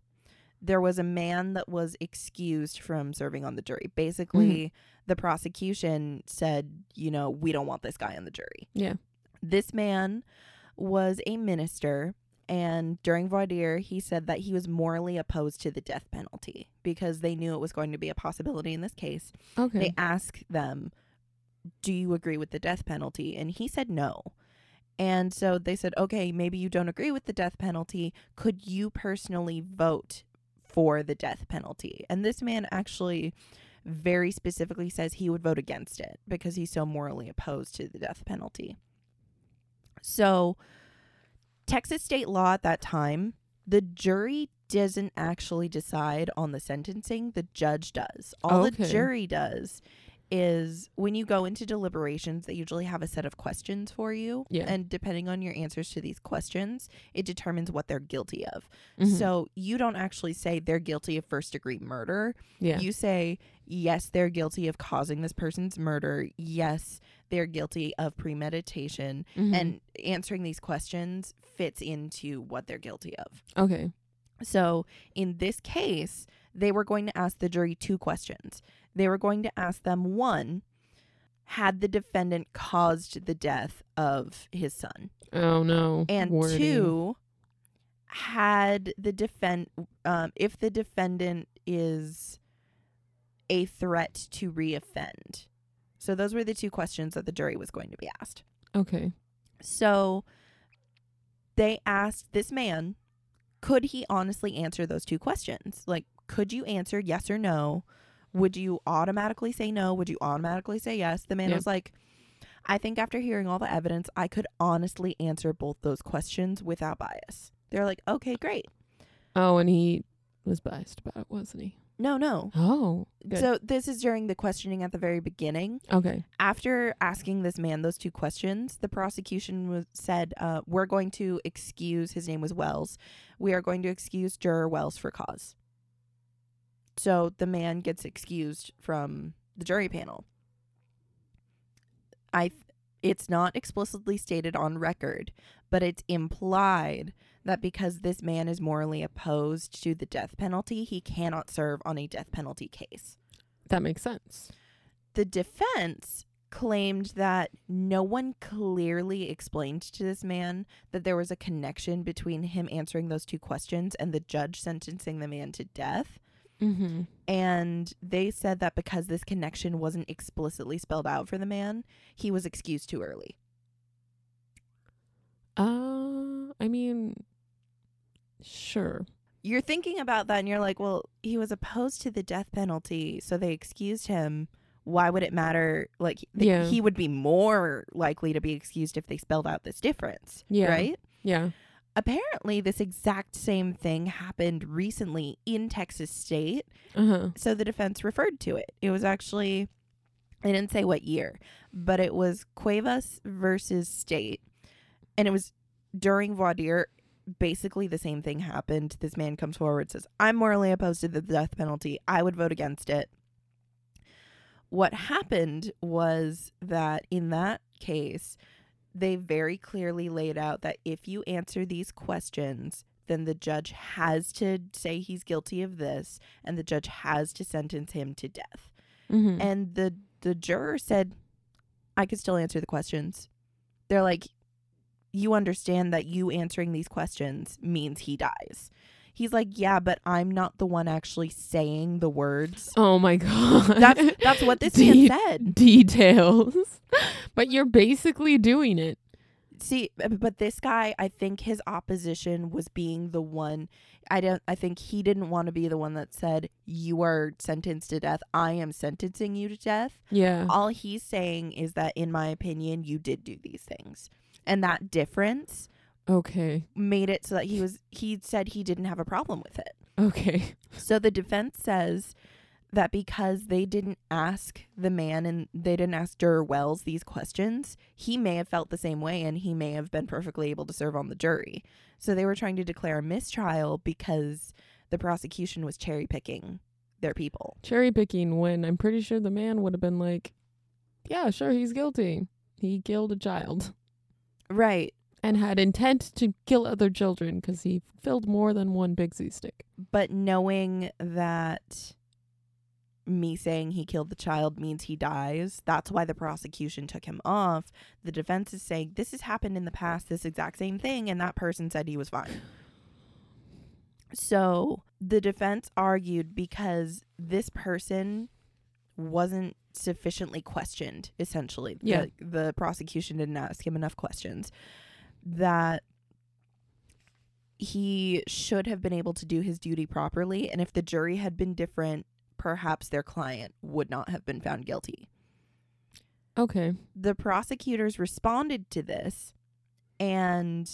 A: there was a man that was excused from serving on the jury. Basically, the prosecution said, you know, we don't want this guy on the jury.
B: Yeah.
A: This man was a minister. And during voir dire, he said that he was morally opposed to the death penalty because they knew it was going to be a possibility in this case
B: Okay.
A: they ask them, "Do you agree with the death penalty?" And he said no. And so they said, "Okay, maybe you don't agree with the death penalty. Could you personally vote for the death penalty?" And this man actually very specifically says he would vote against it because he's so morally opposed to the death penalty. So, Texas state law at that time, the jury doesn't actually decide on the sentencing, the judge does. All the
B: Okay.
A: jury does is when you go into deliberations, they usually have a set of questions for you.
B: Yeah.
A: And depending on your answers to these questions, it determines what they're guilty of.
B: Mhm.
A: So you don't actually say they're guilty of first degree murder.
B: yeah.
A: You say, yes, they're guilty of causing this person's murder. Yes, they're guilty of premeditation
B: Mhm.
A: and answering these questions fits into what they're guilty of.
B: okay.
A: So, in this case, they were going to ask the jury two questions. They were going to ask them one, had the defendant caused the death of his son?
B: Oh no.
A: And
B: Wording.
A: two, had the defend um, if the defendant is a threat to reoffend. So those were the two questions that the jury was going to be asked.
B: Okay.
A: So they asked this man, could he honestly answer those two questions? Like, could you answer yes or no? Would you automatically say no? Would you automatically say yes? The man
B: Yeah.
A: was like, I think after hearing all the evidence, I could honestly answer both those questions without bias. They're like, okay, great.
B: Oh, and he was biased about it, wasn't he?
A: No, no.
B: Oh. Good.
A: So this is during the questioning at the very beginning.
B: okay.
A: after asking this man those two questions, the prosecution was, said, uh, "We're going to excuse his name was Wells. We are going to excuse juror Wells for cause." So the man gets excused from the jury panel. I, th- it's not explicitly stated on record, but it's implied that because this man is morally opposed to the death penalty, he cannot serve on a death penalty case
B: That makes sense.
A: the defense claimed that no one clearly explained to this man that there was a connection between him answering those two questions and the judge sentencing the man to death.
B: Mm-hmm.
A: And they said that because this connection wasn't explicitly spelled out for the man, he was excused too early.
B: Uh, I mean, sure.
A: You're thinking about that and you're like, well, he was opposed to the death penalty, so they excused him. Why would it matter? Like, th-
B: Yeah.
A: he would be more likely to be excused if they spelled out this difference.
B: Yeah.
A: Right?
B: Yeah.
A: apparently this exact same thing happened recently in Texas state
B: Uh huh.
A: so the defense referred to it it was actually they didn't say what year but it was Cuevas versus state and it was during voir dire, basically the same thing happened. This man comes forward, says, I'm morally opposed to the death penalty. I would vote against it. What happened was that in that case, they very clearly laid out that if you answer these questions, then the judge has to say he's guilty of this, and the judge has to sentence him to death
B: Mhm.
A: and the the juror said i could still answer the questions they're like you understand that you answering these questions means he dies he's like yeah but i'm not the one actually saying the
B: [LAUGHS]
A: words
B: oh my god. [LAUGHS]
A: that's that's what this man
B: Deep
A: said
B: details. [LAUGHS] but you're basically doing it.
A: see b- but this guy i think his opposition was being the one i don't i think he didn't want to be the one that said you are sentenced to death i am sentencing you to death
B: Yeah.
A: all he's saying is that in my opinion you did do these things and that difference
B: Okay.
A: made it so that he was he said he didn't have a problem with it
B: Okay.
A: so the defense says that because they didn't ask the man and they didn't ask Durr Wells these questions, he may have felt the same way and he may have been perfectly able to serve on the jury. So they were trying to declare a mistrial because the prosecution was cherry picking their people.
B: Cherry picking when I'm pretty sure the man would have been like, yeah, sure, he's guilty. He killed a child
A: Right.
B: and had intent to kill other children because he filled more than one Bigsy stick.
A: but knowing that me saying he killed the child means he dies that's why the prosecution took him off the defense is saying this has happened in the past this exact same thing and that person said he was fine so the defense argued because this person wasn't sufficiently questioned essentially The-
B: Yeah.
A: the, prosecution didn't ask him enough questions that he should have been able to do his duty properly and if the jury had been different perhaps their client would not have been found guilty
B: Okay.
A: the prosecutors responded to this and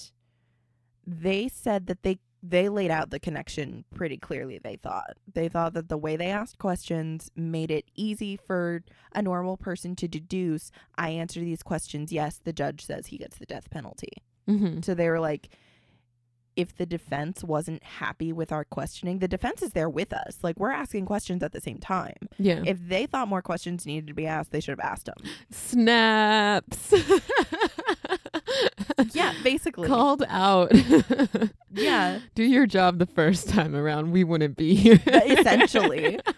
A: they said that they they laid out the connection pretty clearly they thought they thought that the way they asked questions made it easy for a normal person to deduce i answer these questions yes the judge says he gets the death penalty
B: Mm-hmm.
A: so they were like if the defense wasn't happy with our questioning the defense is there with us like we're asking questions at the same time
B: Yeah.
A: if they thought more questions needed to be asked they should have asked them
B: Snaps.
A: yeah
B: [LAUGHS]
A: basically
B: Called out. [LAUGHS]
A: Yeah.
B: Do your job the first time around. We wouldn't be here. [LAUGHS]
A: Essentially.
B: Uh,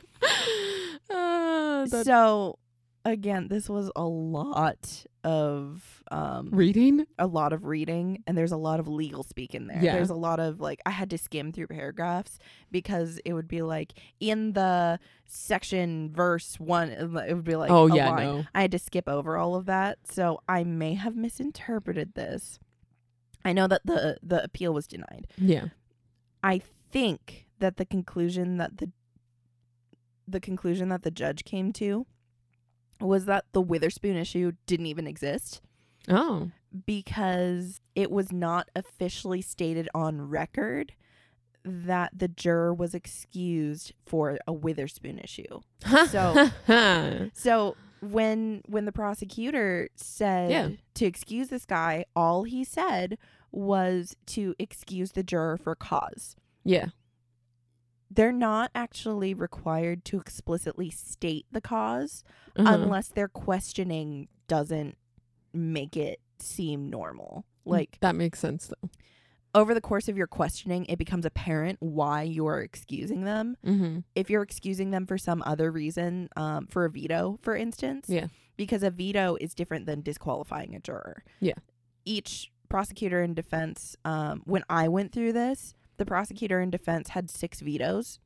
B: that
A: so again this was a lot of um
B: reading?
A: a lot of reading and there's a lot of legal speak in there
B: Yeah.
A: there's a lot of like i had to skim through paragraphs because it would be like in the section verse one it would be like
B: oh,
A: a
B: yeah,
A: line.
B: no.
A: i had to skip over all of that so i may have misinterpreted this i know that the the appeal was denied
B: Yeah.
A: I think that the conclusion that the the conclusion that the judge came to was that the Witherspoon issue didn't even exist
B: Oh.
A: because it was not officially stated on record that the juror was excused for a Witherspoon issue. So-
B: [LAUGHS] yeah.
A: So when when the prosecutor said
B: Yeah.
A: to excuse this guy, all he said was to excuse the juror for cause. they're not actually required to explicitly state the because
B: Uh-huh.
A: unless their questioning doesn't make it seem normal.
B: Mm.
A: Like
B: that makes sense though.
A: over the course of your questioning, it becomes apparent why you are excusing them.
B: Mm-hmm.
A: If you're excusing them for some other reason, um, for a veto, for instance,
B: Yeah.
A: because a veto is different than disqualifying a juror.
B: Yeah.
A: Each prosecutor in defense, um, when I went through this, the prosecutor in defense had six vetoes,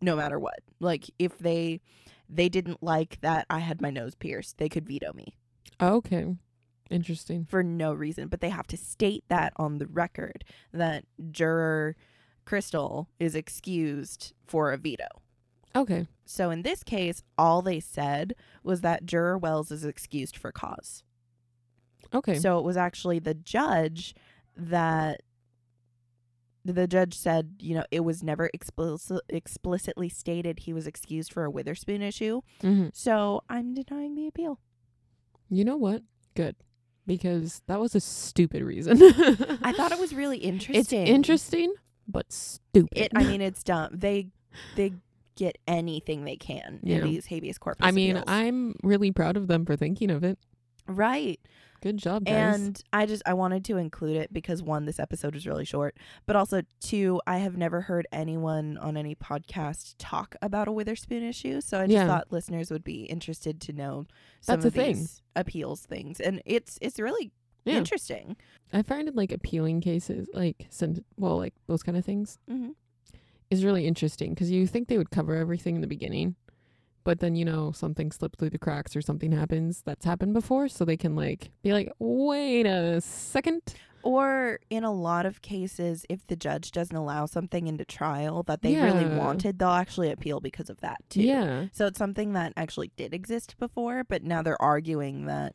A: no matter what. Like if they they didn't like that I had my nose pierced, they could veto me
B: Okay. Interesting.
A: for no reason. But they have to state that on the record that juror Crystal is excused for a veto.
B: Okay.
A: So in this case, all they said was that juror Wells is excused for cause.
B: Okay.
A: So it was actually the judge that the judge said, you know, it was never explicit, explicitly stated he was excused for a Witherspoon issue.
B: Mhm.
A: So I'm denying the appeal.
B: You know what? because that was a stupid reason.
A: I thought it was really
B: it's
A: interesting.
B: interesting, but stupid.
A: It. [LAUGHS] I mean, it's dumb. They they get anything they can
B: Yeah.
A: in these habeas corpus.
B: I mean,
A: appeals.
B: I'm really proud of them for thinking of it.
A: right.
B: Good job, guys.
A: And I just I wanted to include it because one, this episode is really short, but also two, I have never heard anyone on any podcast talk about a Witherspoon issue, so I just
B: Yeah.
A: thought listeners would be interested to know some
B: That's
A: of
B: a thing.
A: these appeals things, and it's it's really
B: Yeah.
A: interesting.
B: I find like appealing cases, like send, well, like those kind of things,
A: Mhm.
B: is really interesting because you think they would cover everything in the beginning, but then you know something slipped through the cracks or something happens that's happened before, so they can like be like, wait a second,
A: Or in a lot of cases, if the judge doesn't allow something into trial that they really
B: Yeah.
A: wanted, they'll actually appeal because of that too.
B: yeah,
A: So it's something that actually did exist before, but now they're arguing that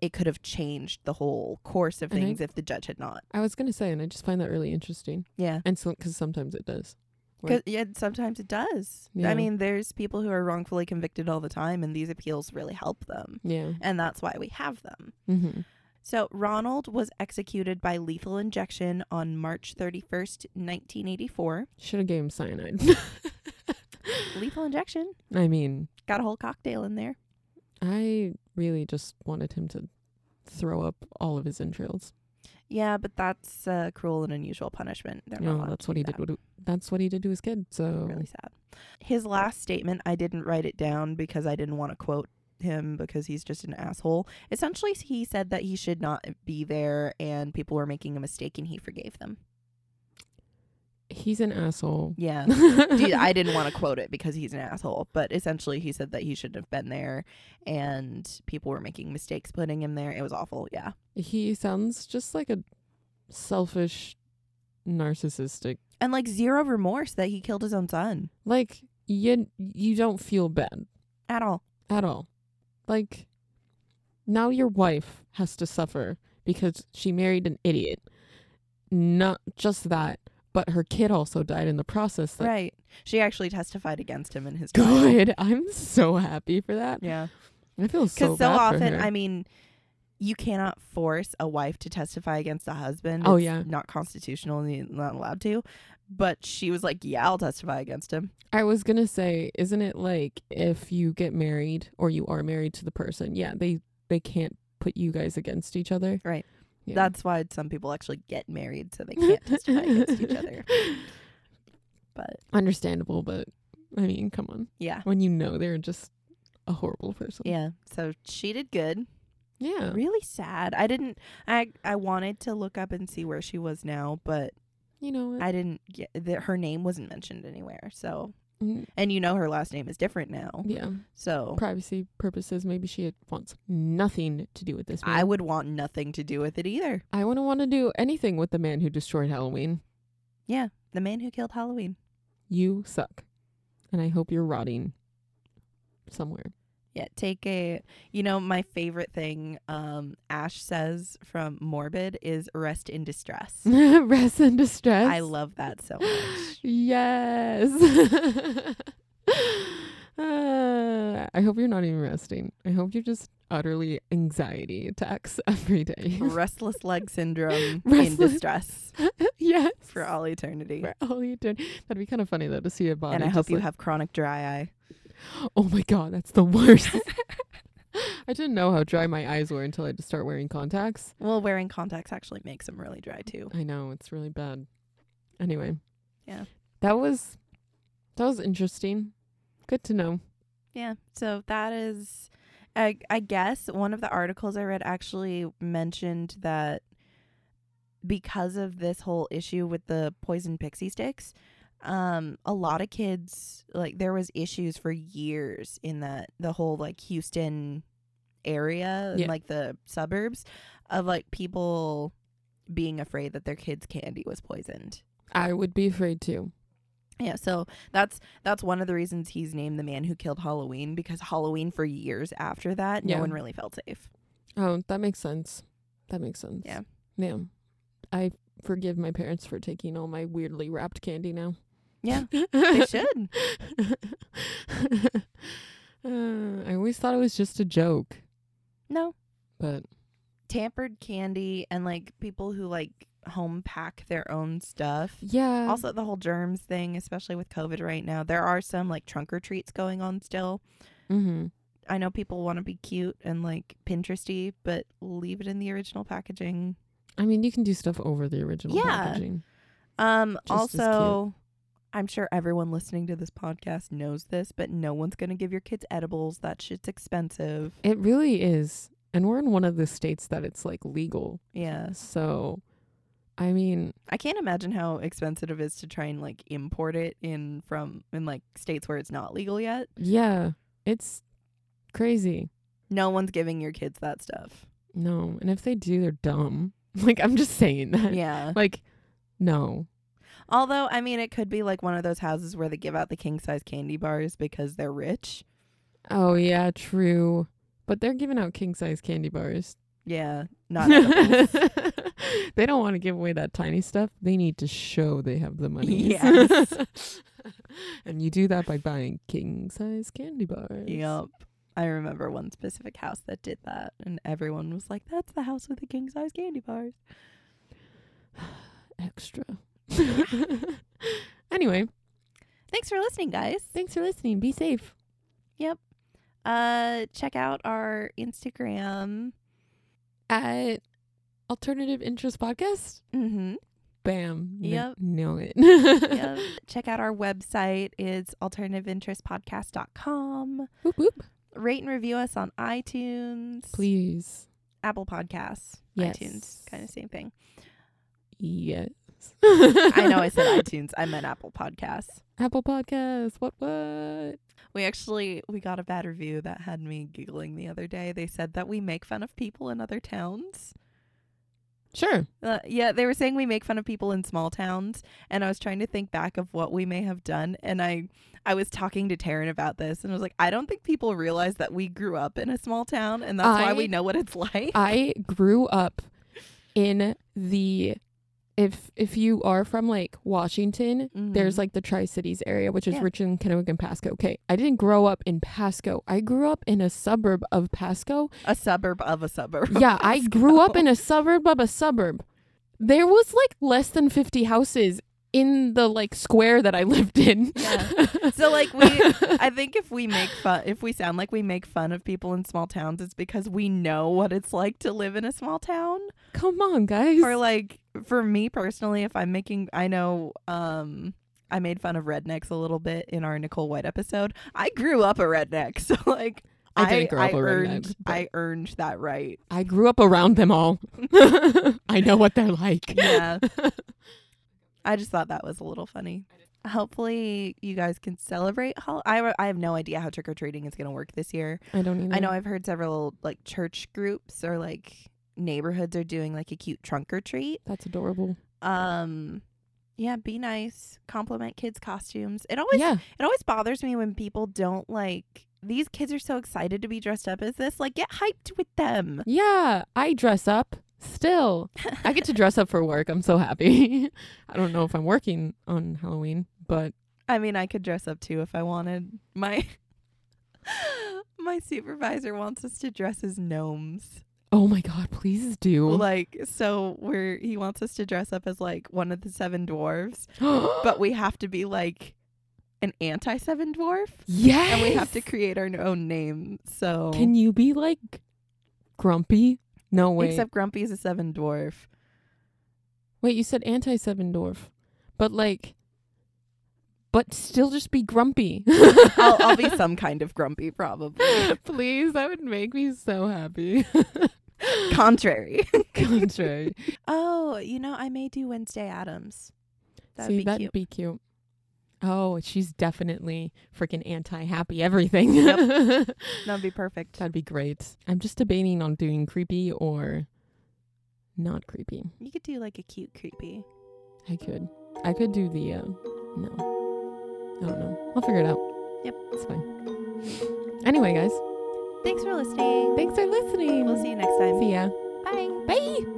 A: it could have changed the whole course of
B: And I-
A: things if the judge had not.
B: I was gonna say, and I just find that really interesting,
A: Yeah.
B: and so because sometimes it does, Right.
A: Cause, yeah, sometimes it does.
B: Yeah.
A: I mean, there's people who are wrongfully convicted all the time, and these appeals really help them.
B: yeah,
A: And that's why we have them.
B: mm-hmm.
A: So, Ronald was executed by lethal injection on March 31st, 1984.
B: should have gave him cyanide. [LAUGHS]
A: Lethal injection.
B: I mean,
A: Got a whole cocktail in there.
B: I really just wanted him to throw up all of his entrails.
A: Yeah, but that's uh, cruel and unusual punishment. They're not
B: No,
A: allowed
B: that's
A: to
B: what
A: do
B: he
A: that.
B: did. What, that's what he did to his kid. So
A: really sad. His last statement, I didn't write it down because I didn't want to quote him because he's just an asshole. Essentially, he said that he should not be there and people were making a mistake and he forgave them.
B: he's an asshole.
A: Yeah. [LAUGHS] Dude,
B: Dude, [LAUGHS]
A: I didn't want to quote it because he's an asshole, but essentially he said that he shouldn't have been there and people were making mistakes putting him there. It was awful. Yeah.
B: He sounds just like a selfish, narcissistic.
A: And like zero remorse that he killed his own son
B: Like you, you don't feel bad
A: at all.
B: at all. Like now, your wife has to suffer because she married an idiot. Not just that, but her kid also died in the process. Like,
A: right. She actually testified against him in his trial.
B: Good. [LAUGHS] I'm so happy for that.
A: Yeah.
B: I feel
A: Because
B: so,
A: so
B: bad for
A: often,
B: her.
A: I mean, you cannot force a wife to testify against a husband.
B: Oh,
A: It's
B: yeah.
A: not constitutional. and You're not allowed to. But she was like, "Yeah, I'll testify against him."
B: I was gonna say, isn't it like if you get married or you are married to the person, yeah, they they can't put you guys against each other.
A: Right.
B: Yeah. [LAUGHS]
A: That's why some people actually get married so they can't testify against each
B: [LAUGHS]
A: other. But
B: understandable, but I mean, come on.
A: yeah,
B: When you know they're just a horrible person.
A: yeah. So she did good.
B: Yeah.
A: Really sad. I didn't. I I wanted to look up and see where she was now, but
B: You know what?
A: I didn't get that her name wasn't mentioned anywhere. So
B: Mm,
A: and you know her last name is different now.
B: yeah.
A: So
B: Privacy purposes, maybe she wants nothing to do with this man.
A: I would want nothing to do with it either.
B: I wouldn't want to do anything with the man who destroyed Halloween.
A: Yeah, the man who killed Halloween.
B: You suck. And I hope you're rotting somewhere. [LAUGHS]
A: Yeah, take a. You know, my favorite thing um, Ash says from Morbid is rest in [LAUGHS] distress.
B: Rest in distress.
A: I love that so
B: [LAUGHS]
A: much. [LAUGHS]
B: Yes. [LAUGHS] Uh, I hope you're not even resting. I hope you're just utterly anxiety attacks [LAUGHS] every day.
A: Restless leg [LAUGHS] syndrome in
B: Restless-
A: distress
B: yes.
A: for all eternity.
B: For all you do. That'd be kind of funny though to see a body.
A: and I hope
B: just
A: you
B: like-
A: have chronic dry eye.
B: Oh my god, that's the worst.
A: [LAUGHS]
B: [LAUGHS] I didn't know how dry my eyes were until I had to start wearing contacts.
A: Well, wearing contacts actually makes them really dry too.
B: I know it's really bad. Anyway.
A: Yeah.
B: That was that was interesting. Good to know.
A: Yeah. So that is, I, I guess one of the articles I read actually mentioned that because of this whole issue with the poison pixie sticks, um, a lot of kids like there was issues for years in that the whole like Houston area and
B: Yeah.
A: like the suburbs of like people being afraid that their kids' candy was poisoned.
B: I would be afraid too.
A: Yeah, so that's that's one of the reasons he's named the man who killed Halloween because Halloween for years after that,
B: Yeah.
A: no one really felt safe.
B: Oh, that makes sense. That makes sense.
A: Yeah.
B: Yeah. I forgive my parents for taking all my weirdly wrapped candy now. [LAUGHS]
A: Yeah, [LAUGHS] they
B: uh, [LAUGHS]
A: should.
B: Uh, I always thought it was just a joke,
A: No,
B: but
A: tampered candy and like people who like home pack their own stuff.
B: Yeah.
A: Also, the whole germs thing, especially with COVID right now, there are some like trunk or treats going on still.
B: mm-hmm.
A: I know people want to be cute and like Pinteresty, but leave it in the original packaging.
B: I mean, you can do stuff over the original
A: Yeah.
B: packaging.
A: Um,
B: Just as
A: also, I'm sure everyone listening to this podcast knows this, but no one's gonna give your kids edibles. That shit's expensive.
B: It really is. And we're in one of the states that it's like legal.
A: Yeah,
B: So, I mean,
A: I can't imagine how expensive it is to try and like import it in from in like states where it's not legal yet.
B: yeah, it's crazy.
A: No one's giving your kids that
B: [LAUGHS]
A: stuff.
B: No. And if they do, they're dumb. [LAUGHS] Like, I'm just saying that.
A: Yeah.
B: Like, no.
A: Although, I mean, it could be like one of those houses where they give out the king size candy bars because they're rich.
B: Oh, yeah, true. But they're giving out king size candy bars.
A: Yeah,
B: [LAUGHS]
A: not edibles.
B: they don't want to give away that tiny stuff. They need to show they have the money.
A: Yes.
B: [LAUGHS] and you do that by buying king size candy bars.
A: Yep. I remember one specific house that did that, and everyone was like, "That's the house with the king size candy bars."
B: Extra. [LAUGHS] anyway,
A: Thanks for listening, guys.
B: thanks for listening. Be safe.
A: Uh, check out our Instagram.
B: At Alternative Interest Podcast.
A: Mm-hmm.
B: Bam. Kn-
A: Yep.
B: Nailed it.
A: [LAUGHS] Yep. check out our website. It's alternativeinterestpodcast.com.
B: [LAUGHS] Whoop, whoop.
A: Rate and review us on iTunes,
B: Please.
A: Apple Podcasts,
B: Yes.
A: iTunes, kind of same thing.
B: Yes.
A: [LAUGHS] I know I said [LAUGHS] iTunes. I meant Apple Podcasts.
B: [LAUGHS] Apple Podcasts. What, what?
A: We actually we got a bad review that had me giggling the other day. They said that we make fun of people in other towns.
B: Sure.
A: Uh, yeah, they were saying we make fun of people in small towns, and I was trying to think back of what we may have done. And I I was talking to Taryn about this, and I was like, I don't think people realize that we grew up in a small town, and that's why
B: I-
A: we know what it's [LAUGHS] like.
B: I grew up in the if if you are from like Washington, there's
A: Mhm.
B: like the Tri Cities area, which is
A: Yeah.
B: Richmond, Kennewick, and Pasco. Okay, I didn't grow up in Pasco. I grew up in a suburb of Pasco.
A: a suburb of a suburb. of
B: Yeah, I grew up
A: Pasco.
B: in a suburb of a suburb. There was like less than fifty houses in the like square that I lived in.
A: Yeah. [LAUGHS] So
B: [LAUGHS]
A: like we I think if we make fun if we sound like we make fun of people in small towns it's because we know what it's like to live in a small town
B: Come on, guys.
A: or like for me personally if I'm making I know um I made fun of rednecks a little bit in our Nicole White episode. I grew up a redneck, [LAUGHS] so like
B: I didn't grow up a redneck,
A: earned,
B: but-
A: I earned that
B: [LAUGHS]
A: right.
B: I grew up around them all. [LAUGHS] I know what they're like.
A: [LAUGHS]
B: [LAUGHS]
A: Yeah. I just thought that was a little funny. Hopefully, you guys can celebrate. Hol- I, I have no idea how trick or treating is going to work this year.
B: I don't either.
A: I know I've heard several like church groups or like neighborhoods are doing like a cute trunk or treat.
B: That's adorable.
A: Um yeah, be nice, compliment kids' costumes. It always
B: yeah.
A: it always bothers me when people don't like these kids are so excited to be dressed up as this. Like get hyped with them.
B: Yeah. I dress up still. I get to dress up for work. I'm so happy. [LAUGHS] I don't know if I'm working on Halloween, but
A: I mean, I could dress up too if I wanted. My [LAUGHS] my supervisor wants us to dress as gnomes.
B: oh my God, please do.
A: Like so we're he wants us to dress up as like one of the seven dwarves.
B: [GASPS]
A: but we have to be like an anti seven dwarf
B: yes.
A: and we have to create our own name so
B: Can you be like grumpy? No way.
A: except grumpy is a seven dwarf
B: Wait, you said anti Seven Dwarf, but like, but still just be grumpy.
A: [LAUGHS] I'll, I'll
B: [LAUGHS]
A: be some kind of grumpy probably [LAUGHS]
B: Please, that would make me so happy.
A: contrary
B: [LAUGHS] Contrary.
A: oh you know i may do wednesday adams that'd
B: See,
A: be
B: that'd
A: cute
B: be cute. Oh, she's definitely freaking anti happy everything.
A: that'd be perfect
B: [LAUGHS] that'd be great. I'm just debating on doing creepy or not creepy.
A: you could do like a cute creepy
B: I could. I could do the uh no. I don't know. I'll figure it out.
A: Yep.
B: It's fine. Anyway, guys,
A: thanks for listening
B: thanks for listening.
A: we'll see you next time
B: See ya.
A: bye
B: Bye.